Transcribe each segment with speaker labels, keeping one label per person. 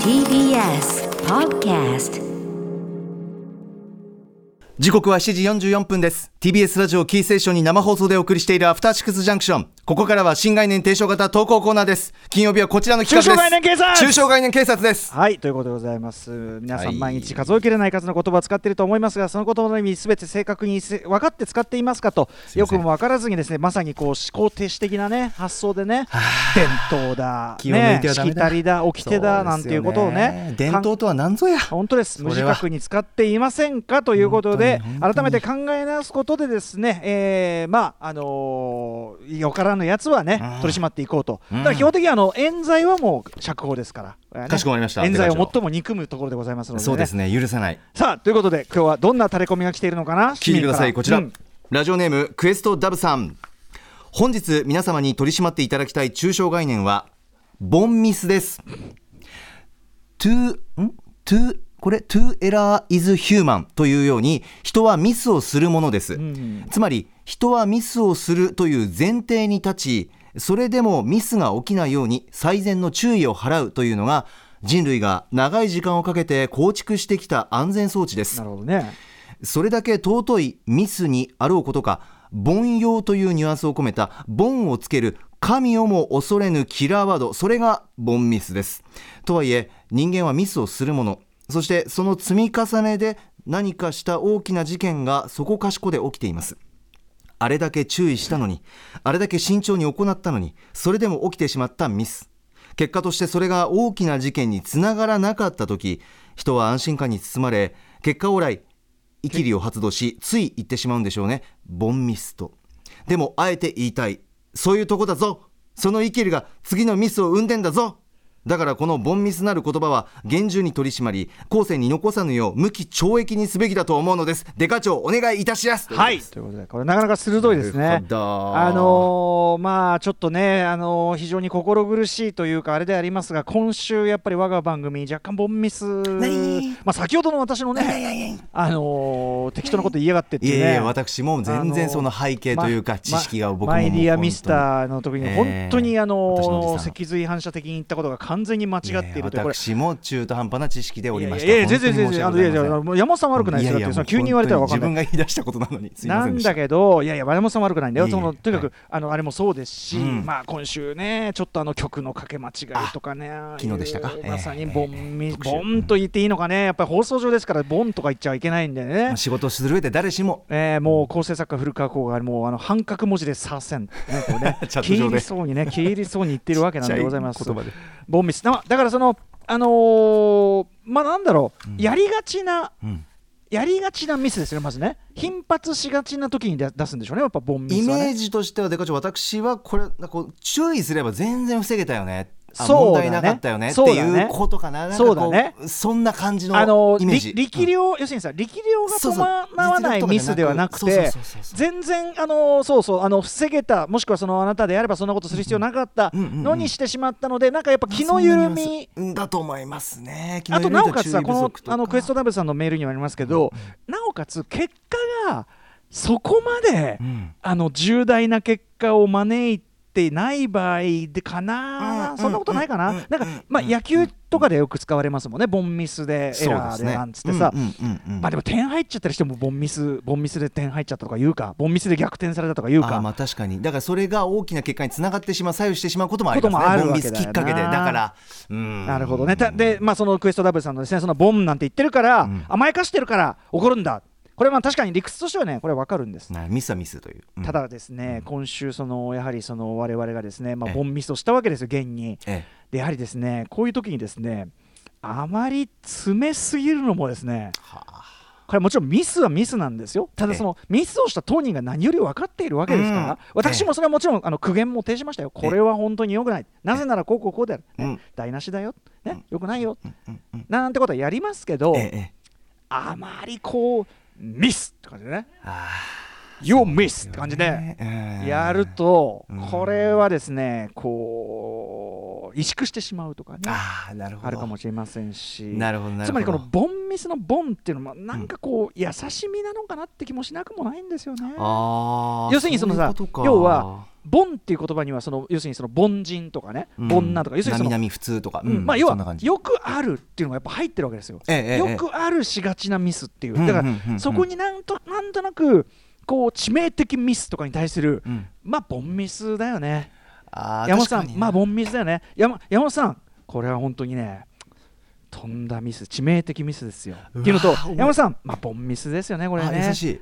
Speaker 1: TBS Podcast
Speaker 2: 時刻は7時44分です TBS ラジオキーステーションに生放送でお送りしているアフターシックスジャンクションここからは新概念提唱型投稿コーナーです金曜日はこちらの企画です
Speaker 3: 中小概念警察
Speaker 2: 中小概念警察です
Speaker 3: はい、ということでございます。皆さ
Speaker 2: はい
Speaker 3: ん、毎日数えきれない数の言葉を使っていると思いますが、その言葉の意味、すべて正確にせ分かって使っていますかと、
Speaker 2: いま
Speaker 3: よ
Speaker 2: せん
Speaker 3: くも分からずに、ですねまさにこう思考停止的なね発想でね、伝統だ、
Speaker 2: 気を抜い
Speaker 3: ね
Speaker 2: ては
Speaker 3: し
Speaker 2: ダメ
Speaker 3: き
Speaker 2: だ
Speaker 3: たりだ、掟だなんていうこと
Speaker 2: そ
Speaker 3: を
Speaker 2: うですよ
Speaker 3: ね、
Speaker 2: 伝統とは何ぞや
Speaker 3: 本当です
Speaker 2: それ
Speaker 3: 無
Speaker 2: は
Speaker 3: 自覚に使っていませんかということで
Speaker 2: 本当に本当
Speaker 3: 改
Speaker 2: に
Speaker 3: めて考え直すことでですね、えーまああのーよからぬやつはね
Speaker 2: うん
Speaker 3: 取り締まっていこうと、
Speaker 2: うん
Speaker 3: だから基本的にあの冤罪はもう釈放ですから、えーね
Speaker 2: かしこまりました
Speaker 3: 冤罪
Speaker 2: 出ま
Speaker 3: を
Speaker 2: しょう
Speaker 3: 最も憎むところでございますので,、ね、
Speaker 2: そうですね許さない
Speaker 3: さあということで今日はどんなタレコミが来ているのかな
Speaker 2: 聞いてくださいこちら、
Speaker 3: うん
Speaker 2: ラジオネームクエストダブさん本日皆様に取り締まっていただきたい抽象概念はボンミスですトゥーんトゥーこれトゥーエラーイズヒューマンというように人はミスをするものです、
Speaker 3: ん
Speaker 2: つまり人はミスをするという前提に立ちそれでもミスが起きないように最善の注意を払うというのが人類が長い時間をかけて構築してきた安全装置です
Speaker 3: なるほどね
Speaker 2: それだけ尊いミスにあろうことか凡庸というニュアンスを込めた凡をつける神をも恐れぬキラーワードそれが凡ミスですとはいえ人間はミスをするものそしてその積み重ねで何かした大きな事件がそこかしこで起きていますあれだけ注意したのにあれだけ慎重に行ったのにそれでも起きてしまったミス結果としてそれが大きな事件につながらなかった時人は安心感に包まれ結果往来イキリを発動しつい言ってしまうんでしょうねボンミスとでもあえて言いたいそういうとこだぞそのイキリが次のミスを生んでんだぞだからこのボンミスなる言葉は厳重に取り締まり後世に残さぬよう無期懲役にすべきだと思うのですデカ長お願いいたしやす
Speaker 3: はいということでこれなかなか鋭いです
Speaker 2: なるほ。
Speaker 3: ね
Speaker 2: ど
Speaker 3: あのーまあちょっとね、あのー非常に心苦しいというかあれでありますが今週やっぱり我が番組若干ボンミス、まあ、先ほどの私のね、あのー適当なこと言いやがってって
Speaker 2: いえ
Speaker 3: い
Speaker 2: い
Speaker 3: うね。
Speaker 2: え私も全然その背景という
Speaker 3: ま
Speaker 2: か知識が僕も
Speaker 3: まマイディア
Speaker 2: もう本当に
Speaker 3: ミスターの時に本当にあ
Speaker 2: ええ私のお
Speaker 3: の
Speaker 2: じさん
Speaker 3: 脊髄反射的に言ったことが完全に間違っているというこれ
Speaker 2: 私も中途半端な知識でおりました
Speaker 3: いやいや全然全然あ
Speaker 2: 本当
Speaker 3: のい
Speaker 2: に申
Speaker 3: やい
Speaker 2: し
Speaker 3: や
Speaker 2: 訳ございません
Speaker 3: あの山本さん悪くないですよ
Speaker 2: い
Speaker 3: っ
Speaker 2: や
Speaker 3: て
Speaker 2: や
Speaker 3: その急に言われたらわかんな
Speaker 2: も
Speaker 3: い
Speaker 2: う本当に自分が言い出したことなのにすいま
Speaker 3: な
Speaker 2: せん
Speaker 3: ん
Speaker 2: でした
Speaker 3: だけど、いやいや、我々も悪くないんだよ、
Speaker 2: いえいえ
Speaker 3: そのとにか
Speaker 2: は
Speaker 3: くあのあれもそうですし、
Speaker 2: うん
Speaker 3: まあ、今週ね、ちょっとあの曲のかけ間違いとかね、
Speaker 2: 昨日でしたか
Speaker 3: いうまさにボン,、
Speaker 2: ええ特集
Speaker 3: ボンと言っていいのかね、やっぱり放送上ですから、ボンとか言っちゃいけないんでね。
Speaker 2: 仕事をする上で誰しも
Speaker 3: えーもう構成作家古川光がもうあの半角文字で左遷、ねこう ね
Speaker 2: チャット上で
Speaker 3: 切りそうにね切りそうに言ってるわけなんでございます
Speaker 2: ちっちゃい言葉で
Speaker 3: ボンミスなだからそのあのーまあなんだろう、やりがちな
Speaker 2: うん
Speaker 3: やりがちなミスですよね、まずね。頻発しがちな時に出出すんでしょうね、やっぱボンミ
Speaker 2: イ
Speaker 3: スは、ね。
Speaker 2: メージとしてはでかちょ私はこれなんかこう注意すれば全然防げたよねあ問
Speaker 3: そうだね
Speaker 2: 題なかったよねって
Speaker 3: そうだね
Speaker 2: いうことかななんかこ
Speaker 3: そうだね
Speaker 2: そんな感じの
Speaker 3: あの
Speaker 2: イメージ
Speaker 3: り力量、要するにさ力量が
Speaker 2: そうそう
Speaker 3: 伴わないミスではなく
Speaker 2: 実力とかじゃなく
Speaker 3: て
Speaker 2: そうそうそうそうそう
Speaker 3: 全然あのそうそうあの防げたもしくはそのあなたであればそんなことする必要なかった
Speaker 2: うんうんうんうん
Speaker 3: のにしてしまったのでなんかやっぱ気の緩み
Speaker 2: うんだと思いますね気の
Speaker 3: あと
Speaker 2: 緩み
Speaker 3: なおかつさ
Speaker 2: 注意
Speaker 3: こ
Speaker 2: 不
Speaker 3: の
Speaker 2: 足とか
Speaker 3: あのクエストダブルさんのメールにもありますけどなおかつ結果がそこまで
Speaker 2: うん
Speaker 3: あの重大な結果を招いてない場合でか
Speaker 2: う、
Speaker 3: なんそんなことないかな、
Speaker 2: うん
Speaker 3: なんか、まあ、野球とかでよく使われますもんね、ボンミスでエラーでなんつってさ。
Speaker 2: うんうんうんうん
Speaker 3: まあでも点入っちゃったりしてもボンミスボンミスで点入っちゃったとか言うかボンミスで逆転されたとか言う
Speaker 2: あ
Speaker 3: か
Speaker 2: ーまあ確かにだからそれが大きな結果につながってしまう左右してしまうこともあり
Speaker 3: ことも
Speaker 2: ます
Speaker 3: あ
Speaker 2: ね
Speaker 3: る
Speaker 2: ボン
Speaker 3: わ
Speaker 2: ビ
Speaker 3: け
Speaker 2: スきっ
Speaker 3: だよな
Speaker 2: かけでだからうん
Speaker 3: なるほどねたでまあそのクエストダブルさんのですねそのボンなんて言ってるから、
Speaker 2: ん
Speaker 3: 甘やかしてるから怒るんだこれはまあ確かに理屈としてはねこれわかるんです
Speaker 2: なミスはミスという、うん
Speaker 3: ただですね、今週そのやはりその我々がですねま
Speaker 2: え
Speaker 3: あ
Speaker 2: え
Speaker 3: ボンミスをしたわけですよ現に
Speaker 2: ええ
Speaker 3: でやはりですねこういう時にですねあまり詰めすぎるのもですね
Speaker 2: はあ
Speaker 3: これはもちろんミスはミスなんですよただ
Speaker 2: ええ
Speaker 3: そのミスをした当人が何より分かっているわけですから、
Speaker 2: うん
Speaker 3: 私もそれはもちろんあの苦言も呈しましたよこれは本当に良くないなぜならこうこうこうである、ね
Speaker 2: うん
Speaker 3: 台無しだよ、ね、良くないよ、
Speaker 2: うんうん
Speaker 3: なんてことはやりますけど、
Speaker 2: ええええ
Speaker 3: あまりこうミスって感じでね
Speaker 2: あ
Speaker 3: 「You miss」って感じで、
Speaker 2: ーうん
Speaker 3: やると
Speaker 2: うん
Speaker 3: これはですねこう萎縮してしまうとかね
Speaker 2: あーなるほど
Speaker 3: あるかもしれませんし
Speaker 2: なるほどなるほど
Speaker 3: つまりこのボンミスのボンっていうのもなんかこう優しみなのかなって気もしなくもないんですよね。
Speaker 2: あー
Speaker 3: 要するにそのさ
Speaker 2: ういうことか
Speaker 3: 要は凡っていう言葉にはその要するにその凡人とかね、
Speaker 2: うん
Speaker 3: 女とか要するにその
Speaker 2: 並々普通とか、
Speaker 3: うんまあ、要
Speaker 2: そんな
Speaker 3: は
Speaker 2: 感じ
Speaker 3: よくあるっていうのがやっぱ入ってるわけですよ。
Speaker 2: ええええ
Speaker 3: よくあるしがちなミスっていう、
Speaker 2: うんうん
Speaker 3: だか
Speaker 2: うんうん
Speaker 3: らそこになんとなんとなくこう致命的ミスとかに対する、
Speaker 2: うん
Speaker 3: まあ、ボンミスだよね。
Speaker 2: あー
Speaker 3: 山本さ
Speaker 2: 確か
Speaker 3: ん、
Speaker 2: に
Speaker 3: まあ、ボンミスだよね。山山本さん、これは本当にね、飛んだミス、致命的ミスですよ。っていうの
Speaker 2: う
Speaker 3: と、
Speaker 2: わー重い
Speaker 3: 山本さん、まあ、ボンミスですよね、これ
Speaker 2: あ
Speaker 3: ね
Speaker 2: 優。しい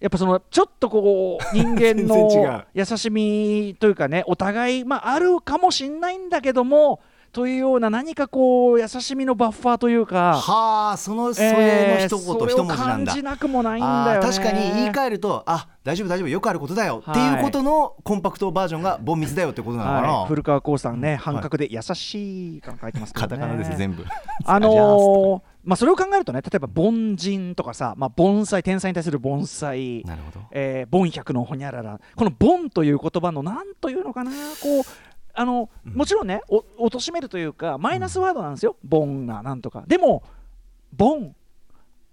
Speaker 3: やっぱそのちょっとこう人間
Speaker 2: 全然違う
Speaker 3: の優しみというかねお互い、まあ、あるかもしれないんだけどもというような何かこう優しみのバッファーというか
Speaker 2: はあそのそ
Speaker 3: えー
Speaker 2: れの一
Speaker 3: そ
Speaker 2: 言
Speaker 3: れ
Speaker 2: 一
Speaker 3: を
Speaker 2: 文字なんだ
Speaker 3: 感じなくもないんだ
Speaker 2: あ
Speaker 3: よ
Speaker 2: ー
Speaker 3: ね
Speaker 2: 確かに言い換えるとあ大丈夫大丈夫よくあることだよ、
Speaker 3: はい
Speaker 2: っていうことのコンパクトバージョンが凡密だよってことなのかな、
Speaker 3: はい、古川光さんね、半角で優しいと書いてますけ ど、ね、
Speaker 2: 部
Speaker 3: あ
Speaker 2: ありゃ ー
Speaker 3: のーまあ、それを考えるとね例えば凡人とかさ、まあ、盆栽天才に対する盆栽
Speaker 2: なるほど
Speaker 3: えー、ボン百のほにゃららこの「ボン」という言葉のなんというのかなこうあのもちろんねお貶としめるというかマイナスワードなんですよ「ボン」がなんとかでも「ボン」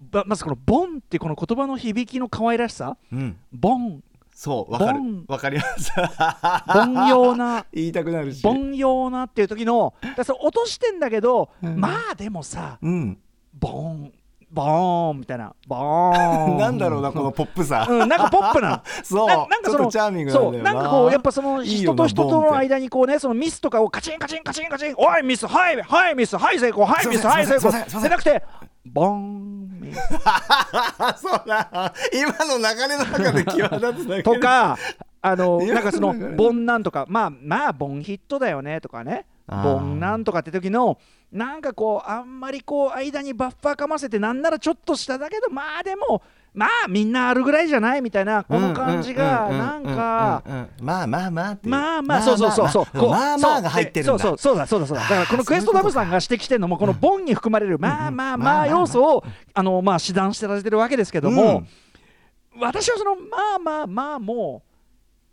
Speaker 3: ばまずこの「ボン」ってこの言葉の響きの可愛らしさ
Speaker 2: うん
Speaker 3: 「ボン
Speaker 2: そうわかる
Speaker 3: ボン
Speaker 2: わかります」」
Speaker 3: 「凡庸な
Speaker 2: 言いたくなる
Speaker 3: 「凡庸な」っていう時のだからそれ落としてんだけど、まあでもさ
Speaker 2: うん
Speaker 3: 「ボン」「ボーン」みたいな「ボーン」
Speaker 2: なんだろうなこのポップさ、
Speaker 3: うん、なんかポップなの
Speaker 2: そう
Speaker 3: ななん
Speaker 2: ち
Speaker 3: かそ
Speaker 2: ょっ
Speaker 3: の
Speaker 2: とチャーミングなんだよな
Speaker 3: そうなんかこうやっぱその
Speaker 2: いいよ
Speaker 3: 人
Speaker 2: な
Speaker 3: と人
Speaker 2: ボン
Speaker 3: と
Speaker 2: って
Speaker 3: の間にこうねそのミスとかをカチンカチンカチンカチンおいミスはいはいミスはい成功はいミ
Speaker 2: すい
Speaker 3: ス
Speaker 2: ませ
Speaker 3: は
Speaker 2: ん
Speaker 3: い成功
Speaker 2: すいませんすいません
Speaker 3: じゃなくてボンミス
Speaker 2: あ そうだ今の流れの中で際立 つだけ
Speaker 3: とかあの
Speaker 2: いや
Speaker 3: なんかその
Speaker 2: そうだよね
Speaker 3: ボンなんとかまあまあボンヒットだよねとかね
Speaker 2: あー
Speaker 3: ボンなんとかって時のなんかこうあんまりこう間にバッファーかませてなんならちょっとしただけどまあでもまあみんなあるぐらいじゃないみたいなこの感じがなんか。
Speaker 2: うんうんうんうんうんまあまあまあっていう
Speaker 3: まあまあ、そうそうそうそう、こう
Speaker 2: まあまあが入ってるんだ
Speaker 3: そうでそうそう、そうだ、そうだ、そうだ、だから、このクエストダブさんが指摘してるのも、このボンに含まれる、まあまあまあ要素を。あの、まあ、指弾してられてるわけですけども、私はその、まあまあまあ、もう。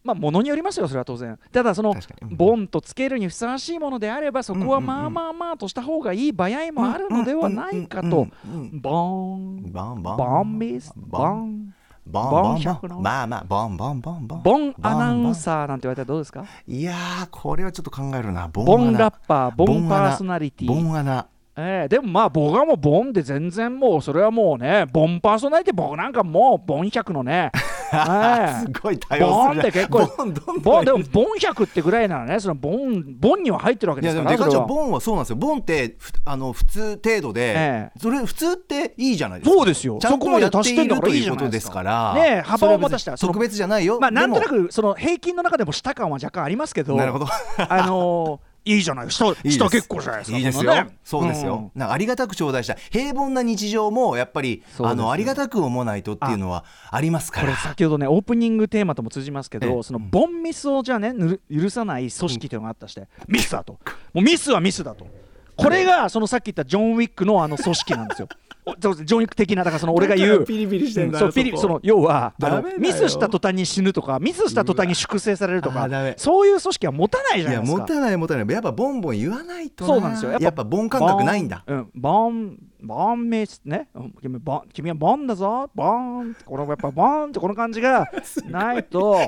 Speaker 3: まあ、ものによりますよ、それは当然。ただ、その
Speaker 2: 確かにうん
Speaker 3: ボンとつけるにふさわしいものであれば、そこは
Speaker 2: うんうんうん
Speaker 3: まあまあまあとした方がいい場合もあるのではないか
Speaker 2: う
Speaker 3: と
Speaker 2: ん。うんうんうん
Speaker 3: ボン、
Speaker 2: バンバン
Speaker 3: ボンミス、ボン、
Speaker 2: ボン
Speaker 3: ボ
Speaker 2: ボ
Speaker 3: ン
Speaker 2: ン
Speaker 3: 百
Speaker 2: ボ
Speaker 3: の
Speaker 2: ンまあまあボンボンボンボン
Speaker 3: ボンアナウンサーなんて言われたらどうですか
Speaker 2: いやーこれはちょっと考えるなボ
Speaker 3: ボ
Speaker 2: ア
Speaker 3: ン
Speaker 2: ナ
Speaker 3: ラッパー、ボン
Speaker 2: ア
Speaker 3: パ
Speaker 2: ナ
Speaker 3: ーソナリティ。
Speaker 2: ボンアナ
Speaker 3: ええでもまあ僕はもうボンで全然もうそれはもうねボンパーソナリティ僕なんかもうボン100 のね、え
Speaker 2: すごい多
Speaker 3: え
Speaker 2: 様
Speaker 3: ボン
Speaker 2: す
Speaker 3: っ
Speaker 2: る
Speaker 3: て
Speaker 2: じゃ
Speaker 3: 結
Speaker 2: ん
Speaker 3: 構
Speaker 2: ボンどん
Speaker 3: ボ
Speaker 2: ど
Speaker 3: ン
Speaker 2: ん
Speaker 3: でもボン100ってぐらいならねそのボンボンには入ってるわけ
Speaker 2: いや
Speaker 3: です
Speaker 2: で
Speaker 3: か
Speaker 2: も
Speaker 3: ら
Speaker 2: デカ
Speaker 3: それ
Speaker 2: ちゃ
Speaker 3: は
Speaker 2: んボンはそうなんですよボンってふあの普通程度で
Speaker 3: え
Speaker 2: それ普通っていいじゃないですか
Speaker 3: そうですよ
Speaker 2: ちゃん
Speaker 3: そこま
Speaker 2: とや
Speaker 3: で
Speaker 2: って
Speaker 3: 達し
Speaker 2: い
Speaker 3: てん
Speaker 2: る
Speaker 3: だか
Speaker 2: と
Speaker 3: らいい
Speaker 2: い
Speaker 3: じ
Speaker 2: う
Speaker 3: ゃ
Speaker 2: こと
Speaker 3: ないで
Speaker 2: ですす
Speaker 3: か
Speaker 2: から
Speaker 3: ねえ幅を持たし
Speaker 2: それは別
Speaker 3: た
Speaker 2: に特別じゃないよ
Speaker 3: まあなんとな
Speaker 2: でも
Speaker 3: くその平均の中でも下感は若干ありますけど
Speaker 2: なるほ ど
Speaker 3: あのーいいじゃ ない下
Speaker 2: いいです
Speaker 3: 下結構じゃないですか
Speaker 2: いいです
Speaker 3: こんな
Speaker 2: よ
Speaker 3: ね
Speaker 2: そうです
Speaker 3: うん
Speaker 2: よなんかありがたく頂戴した平凡な日常もやっぱり
Speaker 3: そうですよ
Speaker 2: あのありがたく思わないとっていうのはありますか
Speaker 3: これ
Speaker 2: ら
Speaker 3: 先ほどねオープニングテーマとも通じますけ
Speaker 2: ええ
Speaker 3: どそのボンミスをじゃあねぬる許さない組織というのがあったとしてミスだともうミスはミスだとこれがそのさっき言ったジョン・ウィックのあの組織なん ですよおそうですジョン・ウィック的なだからその俺が言
Speaker 2: だか
Speaker 3: う
Speaker 2: らピリピリしてんだ
Speaker 3: そう
Speaker 2: そこ
Speaker 3: ピリその要はあ
Speaker 2: ダ
Speaker 3: の
Speaker 2: メだよ
Speaker 3: ミスした途端に死ぬとかミスした途端に粛清されると
Speaker 2: うわあ
Speaker 3: か
Speaker 2: ーダメ
Speaker 3: そういう組織は持たないじゃ
Speaker 2: い
Speaker 3: ない
Speaker 2: や
Speaker 3: です
Speaker 2: 持
Speaker 3: か
Speaker 2: たない持たないやっぱボンボン言わないと
Speaker 3: そうなんですよ
Speaker 2: やっぱボン感覚ないんだ
Speaker 3: ボンうんボンボンミスねうん君ボン君はボンだぞボンこのやっぱボンってこの感じがない と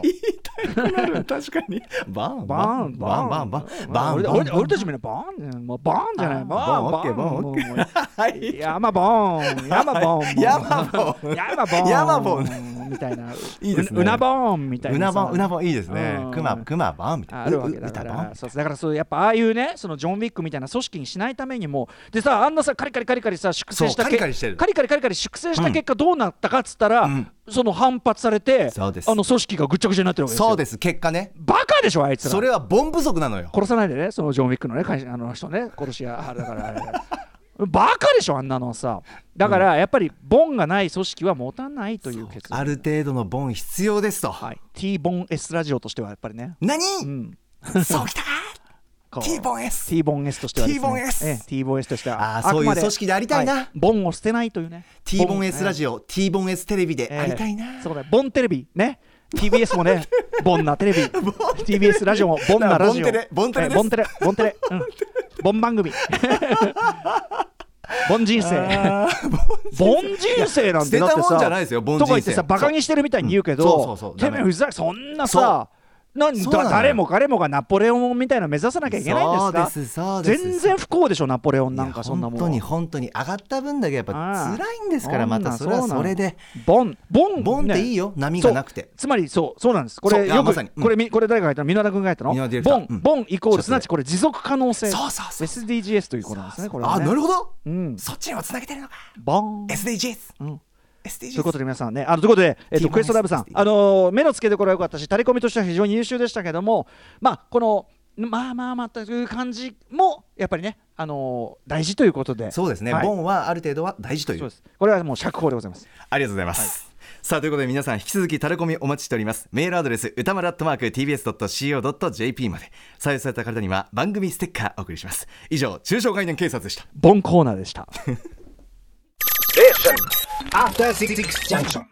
Speaker 2: 確 かにバン
Speaker 3: バーン
Speaker 2: バンバンバンバンバ
Speaker 3: 俺た
Speaker 2: ン
Speaker 3: 俺た俺たちみんなバーンもうバーンじゃないバ
Speaker 2: バー
Speaker 3: ー
Speaker 2: ン
Speaker 3: ン
Speaker 2: バーン
Speaker 3: も
Speaker 2: オ
Speaker 3: う
Speaker 2: ッケー
Speaker 3: もう山ボーン山ボーン
Speaker 2: 山ボン
Speaker 3: 山ボーン
Speaker 2: 山ボ
Speaker 3: みたいない
Speaker 2: いですね
Speaker 3: うなボーンみたいな
Speaker 2: う
Speaker 3: さ
Speaker 2: なばんうなばんいいですね
Speaker 3: うん
Speaker 2: くまくまばんみたいな
Speaker 3: あるわけ
Speaker 2: うう
Speaker 3: だか
Speaker 2: うたば
Speaker 3: ら
Speaker 2: ん
Speaker 3: そうだからそうやっぱああいうねそのジョン・ウィックみたいな組織にしないためにもでさあんなさカリカリカリカリさ粛清した
Speaker 2: そう
Speaker 3: け
Speaker 2: カリカリしてる
Speaker 3: カリカリカリカリ粛清した結果どうなったかっつったら、
Speaker 2: ん
Speaker 3: その反発されて
Speaker 2: そうです
Speaker 3: あの組織がぐっちゃぐちゃになってるわけですよ
Speaker 2: そうです結果ね
Speaker 3: バカでしょあいつら
Speaker 2: それはボン不足なのよ
Speaker 3: 殺さないでねそのジョン・ウィックのね会社あの人ね殺し屋あだ からあれバカでしょあんなのさだからやっぱりボンがない組織は持たないという結論
Speaker 2: ある程度のボン必要ですと
Speaker 3: はい、T ボン S ラジオとしてはやっぱりね、
Speaker 2: 何
Speaker 3: うん、
Speaker 2: そうきた
Speaker 3: こう
Speaker 2: T ボン S
Speaker 3: T ボン S としてはですね
Speaker 2: T ボン S
Speaker 3: ええ T ボン S としては
Speaker 2: あーそういう
Speaker 3: くまで
Speaker 2: 組織でありたいな
Speaker 3: はボンを捨てないというね
Speaker 2: T ボン S ラジオ T ボン S テレビで
Speaker 3: ええ
Speaker 2: ありたいな
Speaker 3: そうだボンテレビね TBS もねボンなテレビ TBS ラジオもボンなラジオ
Speaker 2: ボンテレボンテレです
Speaker 3: ええボンテレボンテレうんボン 番組ボン人生
Speaker 2: あー
Speaker 3: ボン人生なんてだって
Speaker 2: いや捨てたもん
Speaker 3: さ
Speaker 2: じゃないですよボン人生
Speaker 3: とか言ってさバカにしてるみたいに言うけど
Speaker 2: そうそうそうそう
Speaker 3: てめえ
Speaker 2: ダメ
Speaker 3: ふざけそんなさなん
Speaker 2: そうなの
Speaker 3: だ誰も彼もがナポレオンみたいなの目指さなきゃいけないんですか
Speaker 2: そうですそうです
Speaker 3: 全然不幸でしょナポレオンなん
Speaker 2: いや
Speaker 3: かそんなもん
Speaker 2: 本当に本当に上がった分だけやっぱ
Speaker 3: ああ
Speaker 2: 辛いんですから
Speaker 3: そ
Speaker 2: ま
Speaker 3: んな
Speaker 2: たそれは
Speaker 3: そうな
Speaker 2: そ
Speaker 3: の
Speaker 2: れで
Speaker 3: ボンボン
Speaker 2: ボンっていい
Speaker 3: よ
Speaker 2: よ波がなくて
Speaker 3: つまりそうそうなんですこ
Speaker 2: そう
Speaker 3: れ
Speaker 2: いや
Speaker 3: よく、
Speaker 2: まさにうん
Speaker 3: これみこれ誰が書いたの箕輪田君が書いたの
Speaker 2: 箕輪ディレクタ
Speaker 3: ボ
Speaker 2: ー
Speaker 3: ン、
Speaker 2: うん
Speaker 3: ボンイコールすなわ
Speaker 2: ち
Speaker 3: ちこれ持続可能性
Speaker 2: そうそうそう
Speaker 3: SDGs ということなんですねこれは
Speaker 2: あ
Speaker 3: ね
Speaker 2: なるほど
Speaker 3: うん
Speaker 2: そっちにもつなげてるのか
Speaker 3: ボン
Speaker 2: SDGs
Speaker 3: うんという
Speaker 2: SDGs
Speaker 3: ことで皆さんね、あのということで、えっ
Speaker 2: T-Bone
Speaker 3: と、クエストライブさん
Speaker 2: SSD、
Speaker 3: あのー目の付けどころは良かったし、タレコミとしては非常に優秀でしたけども、まあ、この、まあまあまあという感じも、やっぱりね、あのー大事ということで、
Speaker 2: そうですね
Speaker 3: はい
Speaker 2: ボンはある程度は大事とい
Speaker 3: そう
Speaker 2: う
Speaker 3: ですこれはもう釈放でございます。
Speaker 2: ありがとうございます。さあということで皆さん引き続きタレコミお待ちしておりますメールアドレス歌丸アットマーク TBS.CO.jp まで採用された方には番組ステッカーお送りします以上中小概念警察でした
Speaker 3: ボンコーナーでした。
Speaker 4: After Six Junction.